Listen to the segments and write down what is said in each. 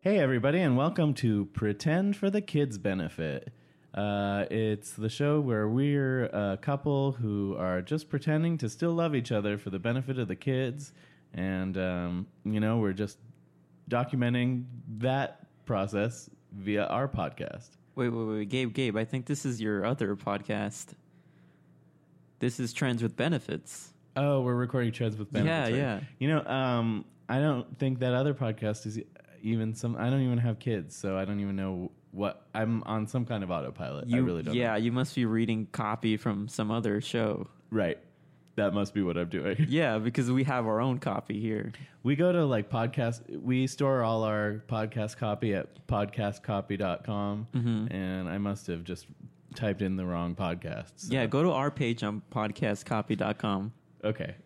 Hey, everybody, and welcome to Pretend for the Kids Benefit. Uh, it's the show where we're a couple who are just pretending to still love each other for the benefit of the kids. And, um, you know, we're just documenting that process via our podcast. Wait, wait, wait, Gabe, Gabe. I think this is your other podcast. This is Trends with Benefits. Oh, we're recording Treads with Benefits. Yeah, right? yeah. You know, um, I don't think that other podcast is even some. I don't even have kids, so I don't even know what I'm on. Some kind of autopilot. I really don't. yeah, know. you must be reading copy from some other show. right. That must be what I'm doing. Yeah, because we have our own copy here. We go to like podcast. We store all our podcast copy at podcastcopy.com, Mm-hmm. and I must have just typed in the wrong podcasts. Yeah, go to our page on podcastcopy.com. Okay.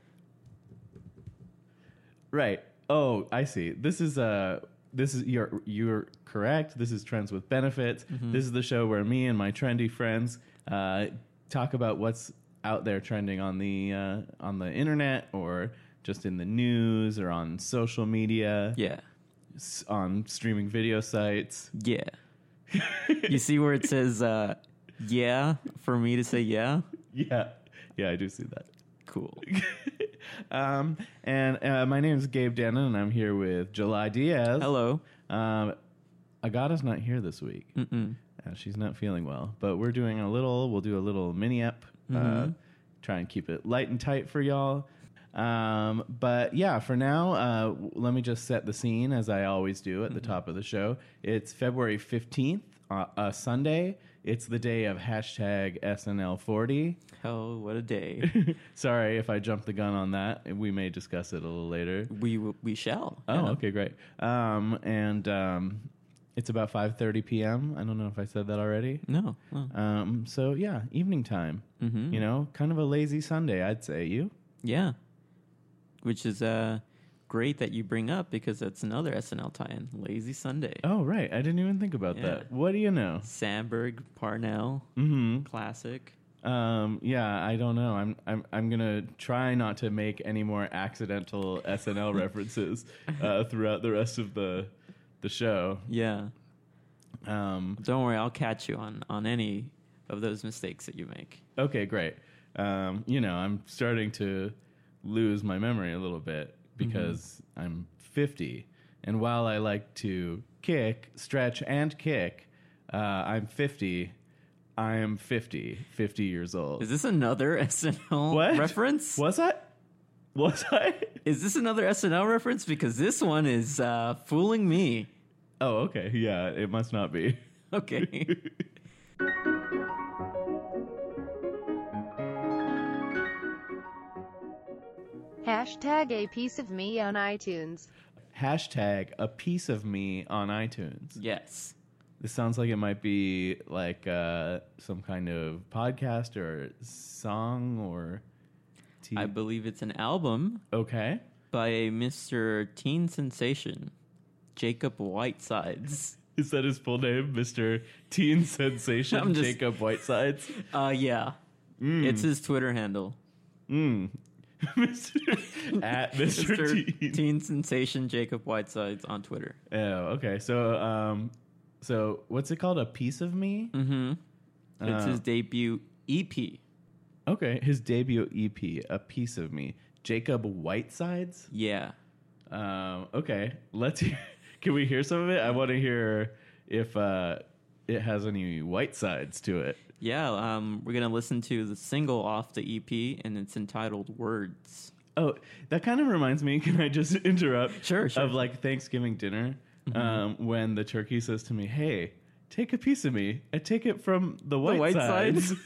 Right. Oh, I see. This is uh this is you're you're correct. This is Trends with Benefits. This is the show where me and my trendy friends uh, talk about what's out there trending on the uh, on the internet or just in the news or on social media, Yeah. s- on streaming video sites. Yeah. you see where it says uh yeah for me to say yeah? Yeah. Yeah, I do see that. Cool. um, and uh, my name is Gabe Dannon, and I'm here with July Diaz. Hello. Um, Agata's not here this week. Mm-mm. Uh, she's not feeling well, but we're doing a little. We'll do a little mini up. Uh, try and keep it light and tight for y'all. Um, but yeah, for now, uh, w- let me just set the scene as I always do at the top of the show. It's February fifteenth, uh, a Sunday. It's the day of hashtag SNL forty. Hell, what a day. Sorry if I jumped the gun on that. We may discuss it a little later. we w- we shall. Oh, Yeah. okay, great. Um, and um, it's about five thirty p.m. I don't know if I said that already. No. no. Um, so yeah, evening time. Mhm. You know, kind of a lazy Sunday, I'd say. You? Yeah. Which is uh great that you bring up because that's another SNL tie-in, Lazy Sunday. Oh, right. I didn't even think about Yeah. that. What do you know? Sandberg, Parnell, Hmm. classic. Um. Yeah. I don't know. I'm. I'm. I'm gonna try not to make any more accidental SNL references uh, throughout the rest of the the show. Yeah. Um. Don't worry, I'll catch you on on any of those mistakes that you make. Okay, great. Um, you know, I'm starting to lose my memory a little bit because I'm 50. And while I like to kick, stretch, and kick, uh, I'm 50. I am 50, 50 years old. Is this another SNL What? reference? Was I? Was I? Is this another SNL reference? Because this one is uh, fooling me. Oh, okay. Yeah, it must not be. Okay. Hashtag a piece of me on iTunes. Hashtag a piece of me on iTunes. yes. This sounds like it might be like uh, some kind of podcast or song or. T- I believe it's an album Okay. by a Mr. Teen Sensation, Jacob Whitesides. Is that his full name, Mr. Teen Sensation I'm just- Jacob Whitesides? Uh, yeah. Hmm. It's his Twitter handle. Mm. Mr. At Mr. Teen. Teen Sensation Jacob Whitesides on Twitter. Oh, okay. So, um, so what's it called? A piece of me? Mm-hmm. It's Uh, his debut E EP. Mm-hmm. Okay, his debut EP, A Piece of Me, Jacob Whitesides. Yeah. Um, okay, let's. Hear, can we hear some of it? I want to hear if uh, it has any white sides to it. Yeah, um, we're gonna listen to the single off the EP, and it's entitled "Words." Oh, that kind of reminds me. Can I just interrupt? Sure, sure. Of like Thanksgiving dinner, um, when the turkey says to me, "Hey, take a piece of me and take it from the white, white sides." sides?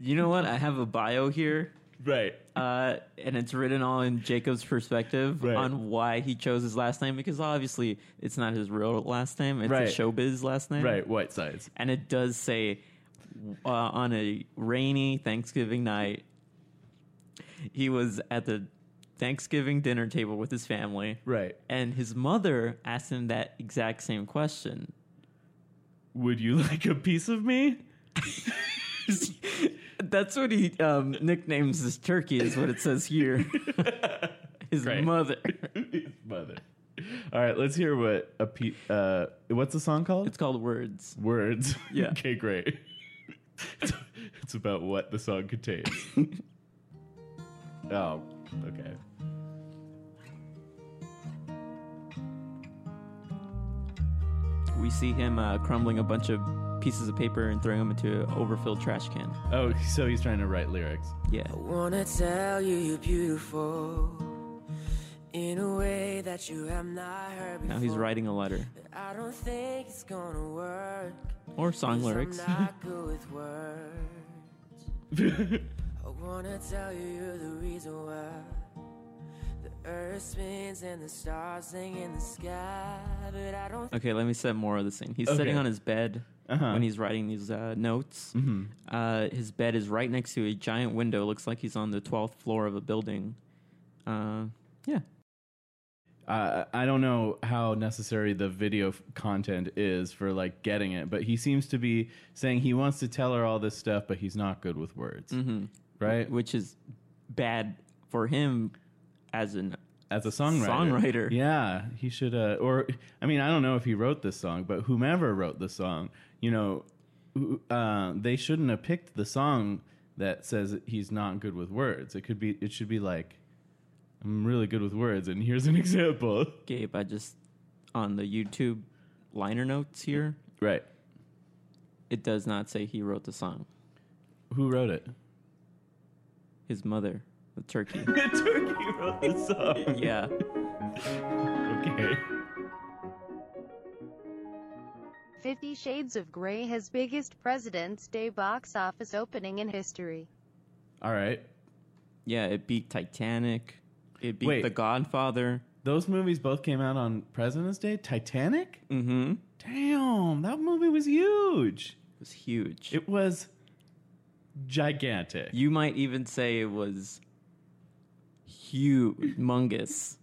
You know what? I have a bio here, right. uh, and it's written all in Jacob's perspective Right. on why he chose his last name because obviously it's not his real last name; it's Right. a showbiz last name, Right. White sides. And it does say uh, on a rainy Thanksgiving night, he was at the Thanksgiving dinner table with his family. Right. And his mother asked him that exact same question. Would you like a piece of me? That's what he um, nicknames this turkey, is what it says here. his Right. mother. His Mother. All right, let's hear what a pe- uh, what's the song called? It's called Words. Words. Yeah. okay, great. it's, it's about what the song contains. oh, okay. We see him uh, crumbling a bunch of pieces of paper and throwing them into an overfilled trash can. Oh, so he's trying to write lyrics. Yeah. I wanna tell you you're beautiful in a way that you have not heard before. Now he's writing a letter I don't think it's gonna work. or song 'cause lyrics. I'm not good with words. I wanna tell you you're the reason why the earth spins and the stars sing in the sky, but I don't. Okay, let me set more of the scene. He's sitting Okay. on his bed Uh-huh. Mm-hmm. when he's writing these uh, notes. Uh, his bed is right next to a giant window. Looks like he's on the 12th floor of a building. Uh, yeah. Uh, I don't know how necessary the video f- content is for like getting it, but he seems to be saying he wants to tell her all this stuff, but he's not good with words, hmm right? Which is bad for him as an. As a songwriter, Songwriter. yeah, he should. Uh, or I mean, I don't know if he wrote this song, but whomever wrote the song, you know, who- uh, they shouldn't have picked the song that says he's not good with words. It could be, it should be like, I'm really good with words, and here's an example, Gabe, I just. On the YouTube liner notes here, right? it does not say he wrote the song. Who wrote it? His mother, the turkey. The turkey wrote the song. yeah. Okay. 50 Shades of Grey has biggest President's Day box office opening in history. All right. Yeah, it beat Titanic. It beat Wait. The Godfather. Those movies both came out on President's Day. Titanic? Mm hmm. Mm-hmm. It Damn, that movie was huge. was huge. It was gigantic. You might even say it was humongous.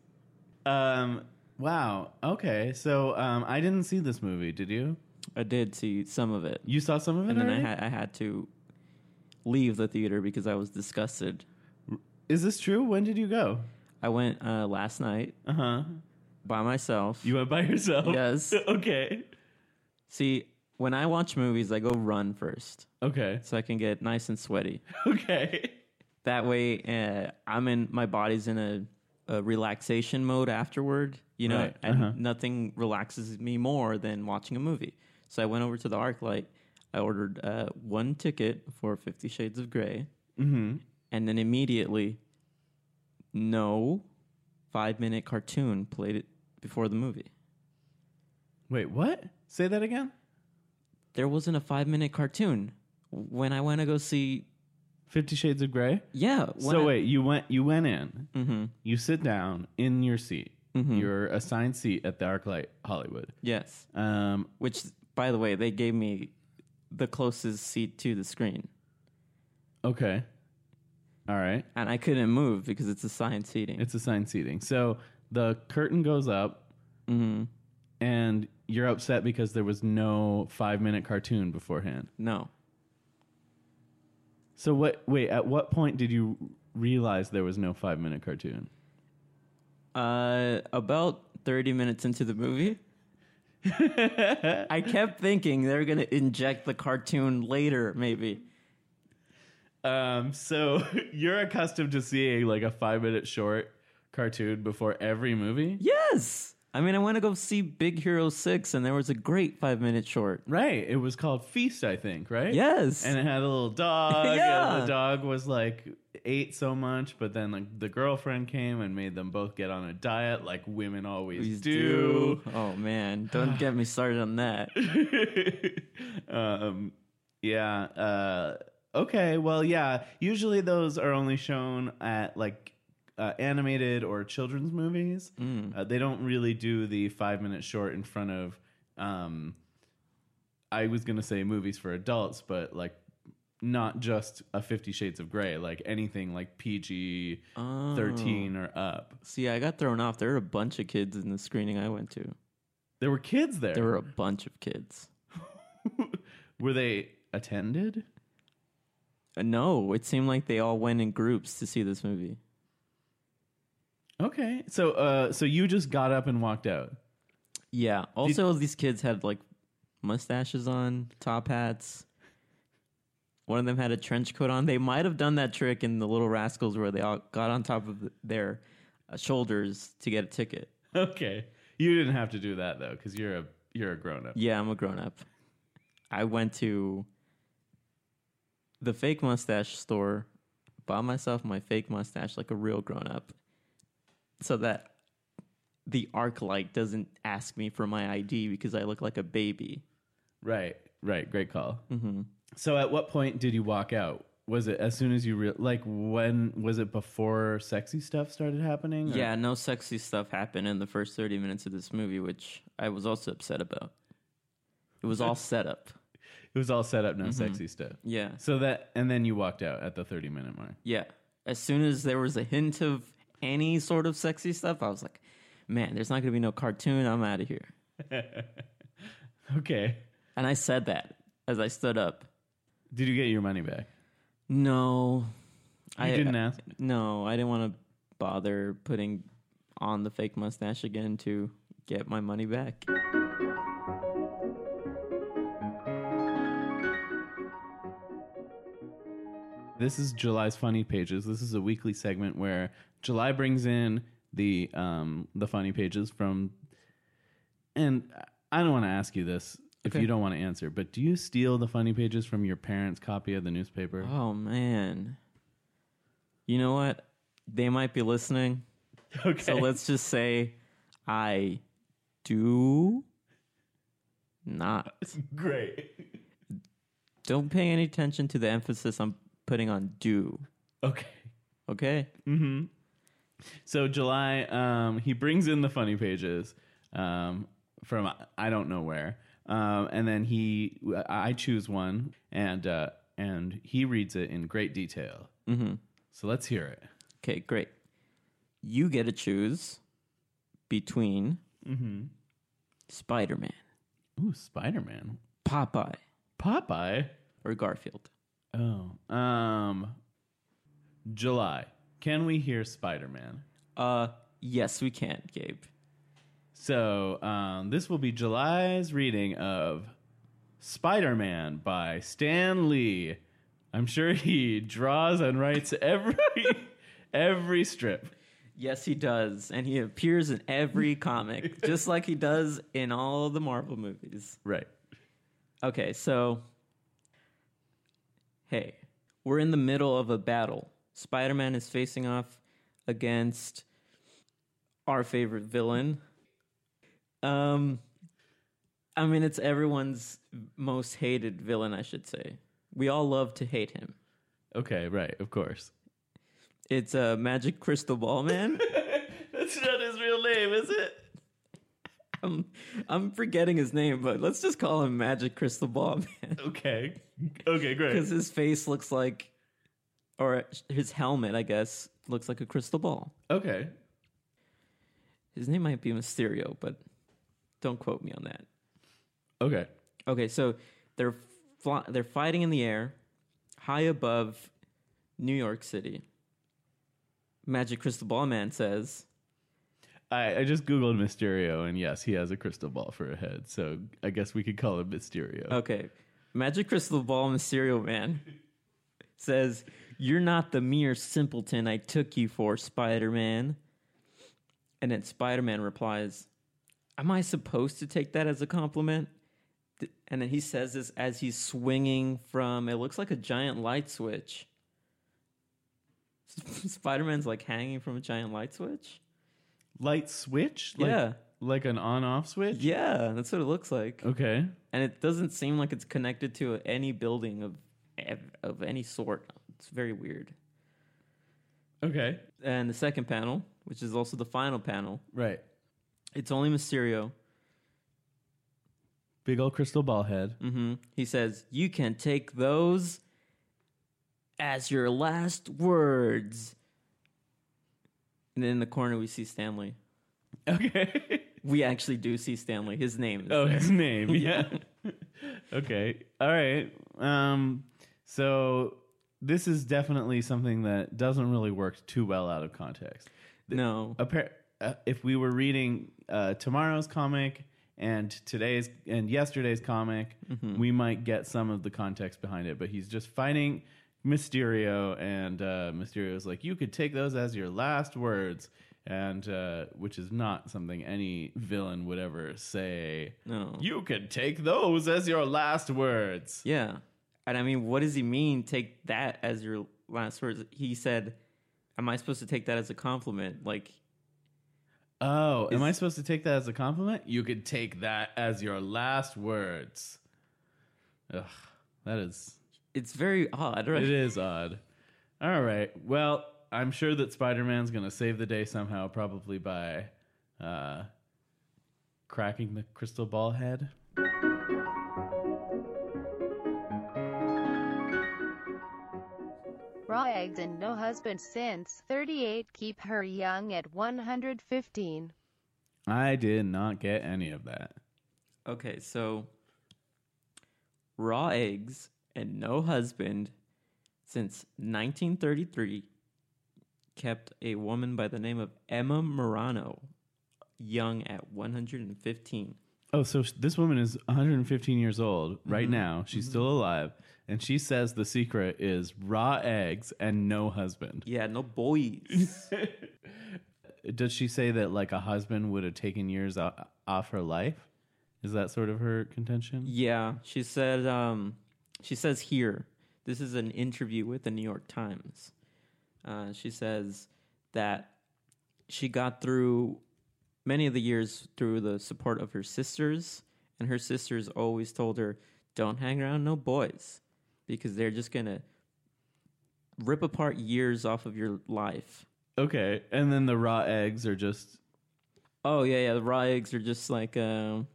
Um wow. Okay. So um I didn't see this movie, did you? I did see some of it, You saw some of it and then I already? had I had to leave the theater because I was disgusted. Is this true? When did you go? I went uh, last night Uh-huh. by myself. You went by yourself? Yes. okay. see, when I watch movies, I go run first Okay. so I can get nice and sweaty. Okay. That way, uh, I'm in my body's in a, a relaxation mode afterward. You know, Right, and uh-huh. nothing relaxes me more than watching a movie. So I went over to the ArcLight. I ordered uh, one ticket for Fifty Shades of gray mm-hmm. and then immediately, no, five minute cartoon played it before the movie. Wait, what? Say that again? There wasn't a five minute cartoon when I went to go see. 50 Shades of Grey? Yeah. when so I- Mm-hmm, wait, you went you went in. You sit down in your seat, your assigned seat at the ArcLight Hollywood. Yes. Um, which by the way they gave me the closest seat to the screen okay, all right, and i couldn't move because it's assigned seating it's assigned seating. So the curtain goes up, Mm-hmm. and you're upset because there was no five minute cartoon beforehand. no So what? Wait, at what point did you realize there was no five minute cartoon? uh, about 30 minutes into the movie i kept thinking they're going to inject the cartoon later maybe Um, so you're accustomed to seeing like a five minute short cartoon before every movie. yes i mean i want to go see big hero 6 and there was a great five minute short Right. It was called Feast, I think, right? yes And it had a little dog. Yeah. And the dog was like ate so much, but then like the girlfriend came and made them both get on a diet like women always Please do. do. oh man don't get me started on that um yeah, uh okay, well yeah, usually those are only shown at like uh, animated or children's movies. Mm. Uh, they don't really do the 5 minute short in front of um I was going to say movies for adults, but like not just a 50 shades of gray, like anything like PG oh. 13 or up. See, I got thrown off. There were a bunch of kids in the screening I went to. There were kids there. There were a bunch of kids. were they attended? Uh, No, it seemed like they all went in groups to see this movie. Okay. So uh so you just got up and walked out. Yeah. Also, these kids had like mustaches on, top hats. One of them had a trench coat on. They might have done that trick in the Little Rascals where they all got on top of their uh, shoulders to get a ticket. Okay, you didn't have to do that though, because you're a you're a grown up. Yeah, I'm a grown up. I went to the fake mustache store, bought myself my fake mustache like a real grown up, so that the arc light doesn't ask me for my ID because I look like a baby. Right, right. Great call. Mm-hmm. So, at what point did you walk out? Was it as soon as you re- like when was it before sexy stuff started happening? or- Yeah, no sexy stuff happened in the first 30 minutes of this movie, which I was also upset about. It was all set up. it was all set up, Mm-hmm. no sexy stuff. Yeah. So that and then you walked out at the thirty minute mark. Yeah. As soon as there was a hint of any sort of sexy stuff, I was like, man, there's not going to be no cartoon. I'm out of here. Okay. And I said that as I stood up. Did you get your money back? No. I uh, didn't ask? No, I didn't want to bother putting on the fake mustache again to get my money back. This is July's funny pages. This is a weekly segment where July brings in the um the funny pages from and I don't want to ask you this if Okay. you don't want to answer, but do you steal the funny pages from your parents' copy of the newspaper? Oh, man. You know what? They might be listening. okay. So let's just say I do not. great. Don't pay any attention to the emphasis I'm putting on do. Okay. Okay? So July, um, he brings in the funny pages um, from I- I don't know where, um, and then he I I choose one and uh, and he reads it in great detail. Mm-hmm. So let's hear it. Okay, great. You get to choose between Mm-hmm. Spider Man, Ooh, Spider Man, Popeye, Popeye. or Garfield. Oh, um, July. Can we hear Spider Man? Uh, yes, we can, Gabe. So um, this will be July's reading of Spider Man by Stan Lee. I'm sure he draws and writes every every strip. Yes, he does. And he appears in every comic, just like he does in all the Marvel movies. Right. Okay, so hey, we're in the middle of a battle. Spider-Man is facing off against our favorite villain. Um I mean it's everyone's most hated villain, I should say. We all love to hate him. Okay. Right. Of course. It's a uh, magic crystal ball man. That's not his real name, is it? I'm, I'm forgetting his name, but let's just call him Magic Crystal Ball Man. Okay. Okay. Great. because his face looks like, or his helmet, I guess, looks like a crystal ball. Okay. His name might be Mysterio, but don't quote me on that. Okay. Okay, so they're fly- they're fighting in the air, high above New York City. Magic Crystal Ball Man says, I, I just googled Mysterio, and yes, he has a crystal ball for a head. So I guess we could call him Mysterio. "Okay, Magic Crystal Ball Mysterio Man says." You're not the mere simpleton I took you for, Spider Man. And then Spider Man replies, Am I supposed to take that as a compliment? Th- And then he says this as he's swinging from, it looks like a giant light switch. Spider Man's like hanging from a giant light switch? Light switch. Like, Yeah. Like an on-off switch. Yeah, that's what it looks like. Okay. And it doesn't seem like it's connected to any building of, ev- of any sort. It's very weird. Okay. And the second panel, which is also the final panel, Right. It's only Mysterio. Big old crystal ball head. hmm He says, You can take those as your last words. And then in the corner, we see Stanley. Okay. We actually do see Stanley. His name is. oh, his name. Yeah. okay. All right. Um. So this is definitely something that doesn't really work too well out of context. No. Appar- uh, if we were reading uh, tomorrow's comic and today's and yesterday's comic, we might get some of the context behind it. But he's just fighting Mysterio, and uh, Mysterio's like, "You could take those as your last words," and uh, which is not something any villain would ever say. No. You could take those as your last words. Yeah. And I mean, what does he mean? Take that as your last words. He said, Am I supposed to take that as a compliment? Like, Oh, am I supposed to take that as a compliment? You could take that as your last words. Ugh, that is it's very odd, right? it is odd. All right. Well, I'm sure that Spider-Man's going to save the day somehow, probably by uh, cracking the crystal ball head. Raw eggs and no husband since 38 keep her young at 115. I did not get any of that. Okay, so raw eggs and no husband since 1933 kept a woman by the name of Emma Morano young at 115. Oh, so sh- this woman is 115 years old right now. She's still alive, and she says the secret is raw eggs and no husband. Yeah, no boys. Does she say that like a husband would have taken years o- off her life? Is that sort of her contention? yeah, she said um she says here. This is an interview with the New York Times. Uh, she says that she got through many of the years through the support of her sisters, and her sisters always told her, "Don't hang around no boys, because they're just gonna rip apart years off of your life." Okay, and then the raw eggs are just Oh yeah, yeah. The raw eggs are just like a,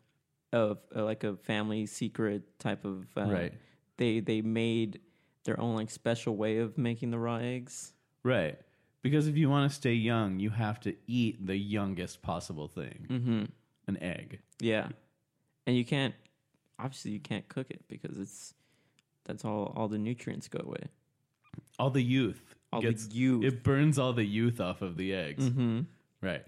a, a like a family secret type of uh, Right. They they made their own like special way of making the raw eggs. right because if you want to stay young, you have to eat the youngest possible thing, Mm-hmm. an egg. Yeah, and you can't obviously you can't cook it because it's that's all all the nutrients go away. All the youth All the youth. It burns all the youth off of the eggs. Mm-hmm. Right.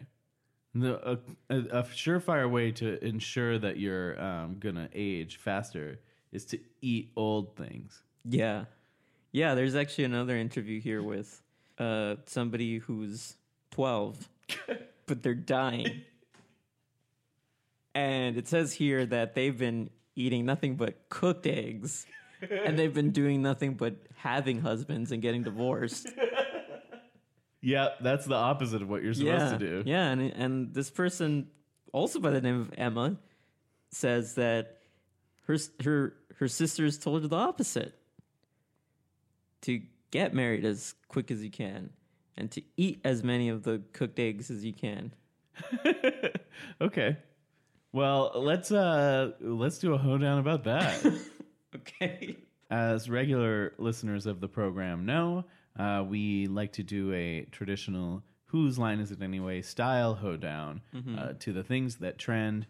The, a, a, a surefire way to ensure that you're um, gonna age faster is to eat old things. Yeah. Yeah, there's actually another interview here with uh, somebody who's 12, but they're dying. And it says here that they've been eating nothing but cooked eggs, and they've been doing nothing but having husbands and getting divorced. Yeah, that's the opposite of what you're supposed yeah. to do. Yeah, and, and this person, also by the name of Emma, says that her, her, her sisters told her the opposite to get married as quick as you can and to eat as many of the cooked eggs as you can. Okay. Well, let's uh let's do a hoedown about that. Okay. As regular listeners of the program know, uh, we like to do a traditional "Whose Line Is It Anyway?" style hoedown uh, to the things that trend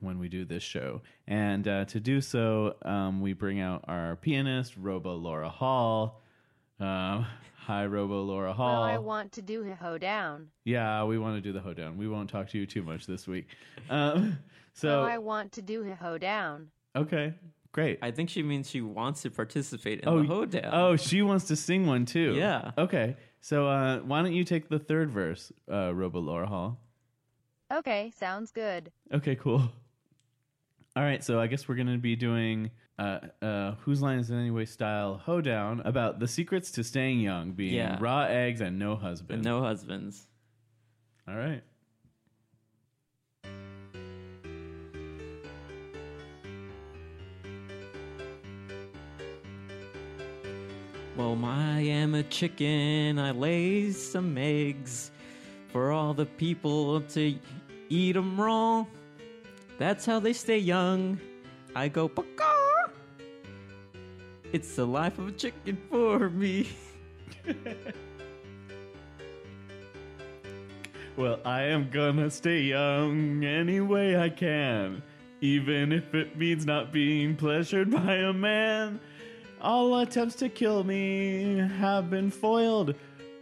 when we do this show. And uh, to do so, um, we bring out our pianist, Robo Laura Hall. Um, hi, Robo Laura Hall. Well, I want to do a hoedown. yeah, we want to do the hoedown. We won't talk to you too much this week. Um, Well, so, I want to do a hoedown. okay, great. I think she means she wants to participate in Oh, the hoedown. Oh, she wants to sing one too. Yeah. Okay. So uh, why don't you take the third verse, uh, Robo Laura Hall? Okay, sounds good. Okay, cool. All right, so I guess we're going to be doing uh, uh, Whose Line Is It Anyway style hoedown about the secrets to staying young being Yeah. raw eggs and no husband. And no husbands. All right. Well, I am a chicken. I lay some eggs for all the people to eat 'em raw. That's how they stay young. I go, Paka! It's the life of a chicken for me. Well, I am going to stay young any way I can, even if it means not being pleasured by a man. All attempts to kill me have been foiled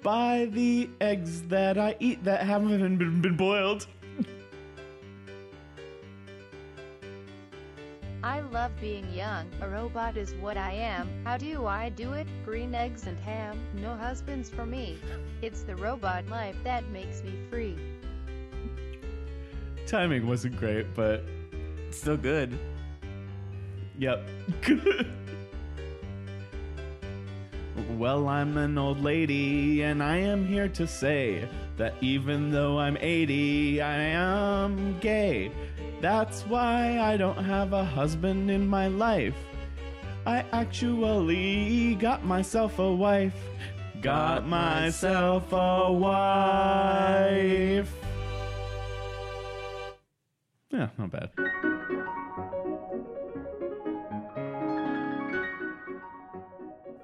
by the eggs that I eat that haven't been, been boiled. I love being young, a robot is what I am, how do I do it? Green eggs and ham, no husbands for me. It's the robot life that makes me free. Timing wasn't great, but It's still good. yep. well, I'm an old lady, and I am here to say that even though I'm 80, I am gay. That's why I don't have a husband in my life. I actually got myself a wife. Got Got myself a wife. Yeah, not bad.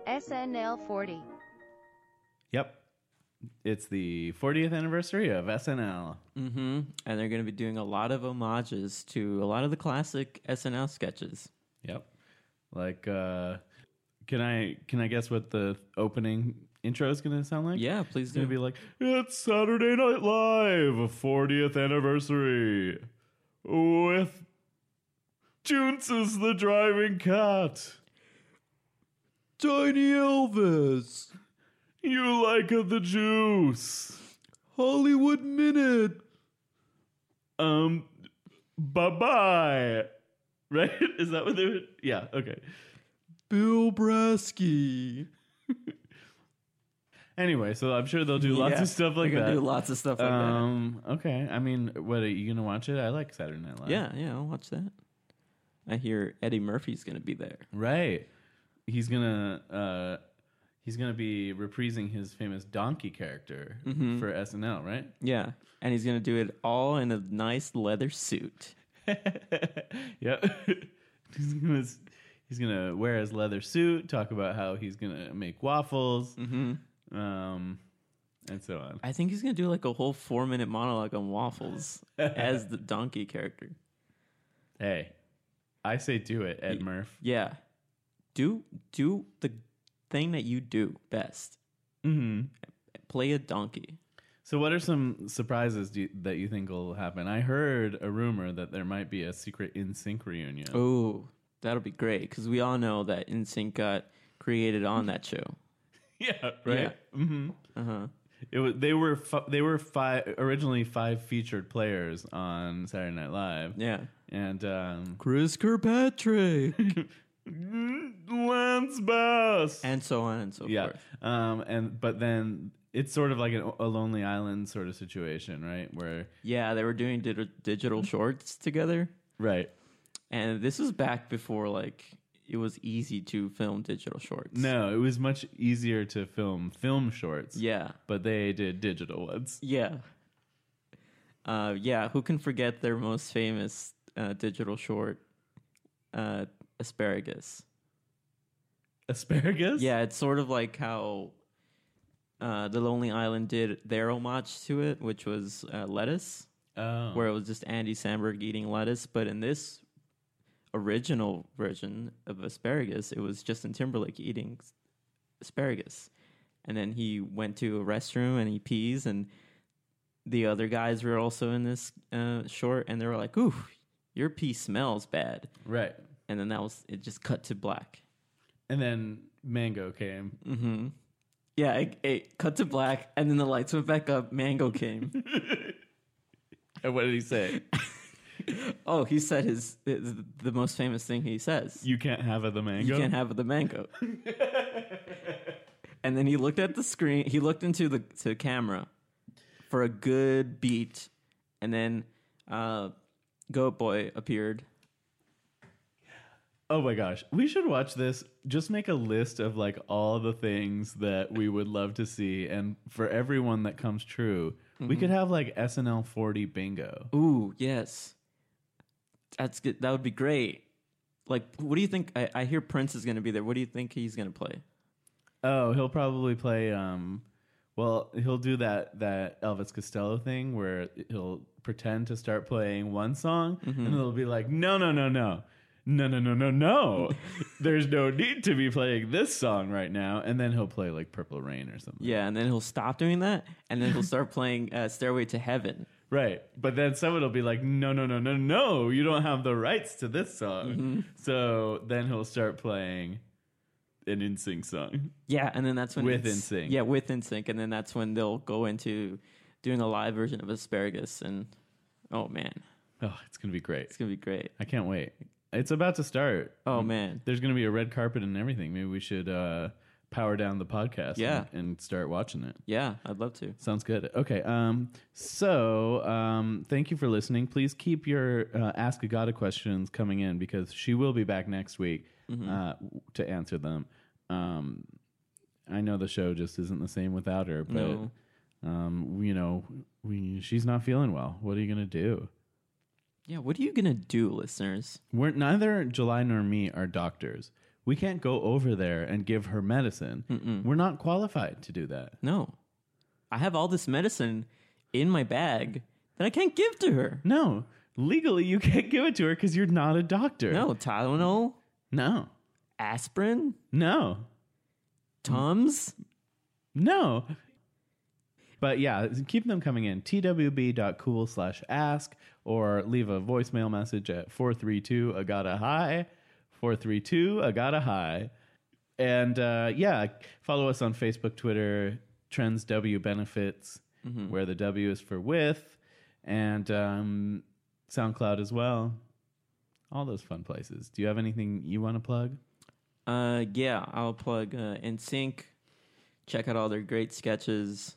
SNL 40. Yep. It's the 40th anniversary of SNL. Mm-hmm. And they're going to be doing a lot of homages to a lot of the classic SNL sketches. Yep. Like uh can I can I guess what the opening intro is going to sound like? Yeah, please It's going do. to be like it's Saturday Night Live 40th anniversary with Junts is the driving cat. Tiny Elvis, You like the juice. Hollywood Minute. Um bye-bye. Right? Is that what they would? Yeah, okay. Bill Brasky. Anyway, so I'm sure they'll do lots of stuff like they're that. gonna Do lots of stuff like um, okay. I mean, what are you gonna watch it? I like Saturday Night Live. that. Yeah, yeah, I'll watch that. I hear Eddie Murphy's gonna be there. right. He's gonna uh, he's gonna be reprising his famous donkey character Mm-hmm. for SNL, right? Yeah, and he's gonna do it all in a nice leather suit. yep. he's gonna s- he's gonna wear his leather suit, talk about how he's gonna make waffles, Mm-hmm. um, and so on. I think he's gonna do like a whole four minute monologue on waffles as the donkey character. Hey, I say do it, Ed Murph. Yeah, do do the thing that you do best. Mm-hmm. Play a donkey. So, what are some surprises do you, that you think will happen? I heard a rumor that there might be a secret in sync reunion. Oh, that'll be great because we all know that NSYNC got created on that show. yeah, right. hmm Uh huh. It was, they were fi- they were five originally five featured players on Saturday Night Live, Yeah. and um, Chris Kirkpatrick Lance Bass, and so on and so yeah, forth. um, and but then it's sort of like an, a Lonely Island sort of situation, right? Where Yeah, they were doing di- digital shorts together, right. and this was back before like it was easy to film digital shorts. No, it was much easier to film film shorts. Yeah. But they did digital ones. Yeah. Uh, yeah. Who can forget their most famous uh, digital short, uh, asparagus? Asparagus? Yeah, it's sort of like how uh, the Lonely Island did their homage to it, which was uh, lettuce, Oh. where it was just Andy Samberg eating lettuce. But in this original version of asparagus, it was Justin Timberlake eating s- asparagus, and then he went to a restroom and he pees, and the other guys were also in this uh, short, and they were like, "Ooh, your pee smells bad," right. and then that was it. Just cut to black. And then Mango came. Mm-hmm. Yeah, it, it cut to black, and then the lights went back up. Mango came. And what did he say? oh, he said his, his the most famous thing he says. You, you can't have it, the mango. can't have the mango. and then he looked at the screen. He looked into the to the camera for a good beat, and then uh, Goat Boy appeared. oh my gosh. We should watch this. Just make a list of like all the things that we would love to see. And for everyone that comes true, we could have like SNL 40 bingo. Ooh, yes, that's good. That would be great. Like, what do you think? I, I hear Prince is going to be there. What do you think he's going to play? Oh, he'll probably play. um well, he'll do that that Elvis Costello thing where he'll pretend to start playing one song, and it'll be like, no, no, no, no, no, no, no, no, no. There's no need to be playing this song right now, and then he'll play like Purple Rain or something. Yeah, and then he'll stop doing that, and then he'll start playing uh, "Stairway to Heaven." Right. But then someone will be like, no, no, no, no, no, you don't have the rights to this song. So then he'll start playing an NSYNC song. Yeah, and then that's when With it's- NSYNC. Yeah, with NSYNC, and then that's when they'll go into doing a live version of asparagus, and oh man, Oh, it's going to be great. it's gonna be great. I can't wait. It's about to start. Oh man, There's going to be a red carpet and everything. Maybe we should uh, power down the podcast Yeah. and, and start watching it. yeah, I'd love to. Sounds good. Okay. Um, so um, thank you for listening. Please keep your uh, Ask Agata questions coming in because she will be back next week Mm-hmm. uh, to answer them. Um, I know the show just isn't the same without her, but No. um, you know, we, she's not feeling well. What are you gonna do? Yeah, what are you gonna do, listeners? We're neither July nor me are doctors. We can't go over there and give her medicine. We're not qualified to do that. No, I have all this medicine in my bag that I can't give to her. No, legally you can't give it to her because you're not a doctor. No, Tylenol, no. aspirin, No, Tums. no. But yeah, keep them coming in. twb.cool slash ask or leave a voicemail message at 432 Agata High. 432 Agata High. And uh, yeah, follow us on Facebook, Twitter, Trends W Benefits, where the W is for with, and um, SoundCloud as well. All those fun places. Do you have anything you want to plug? Uh, yeah, I'll plug uh, NSYNC. Check out all their great sketches.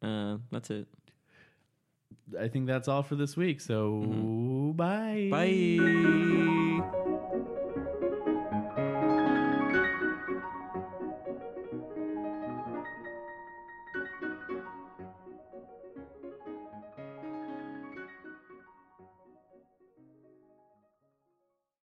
Uh, that's it. I think that's all for this week. So bye. Bye.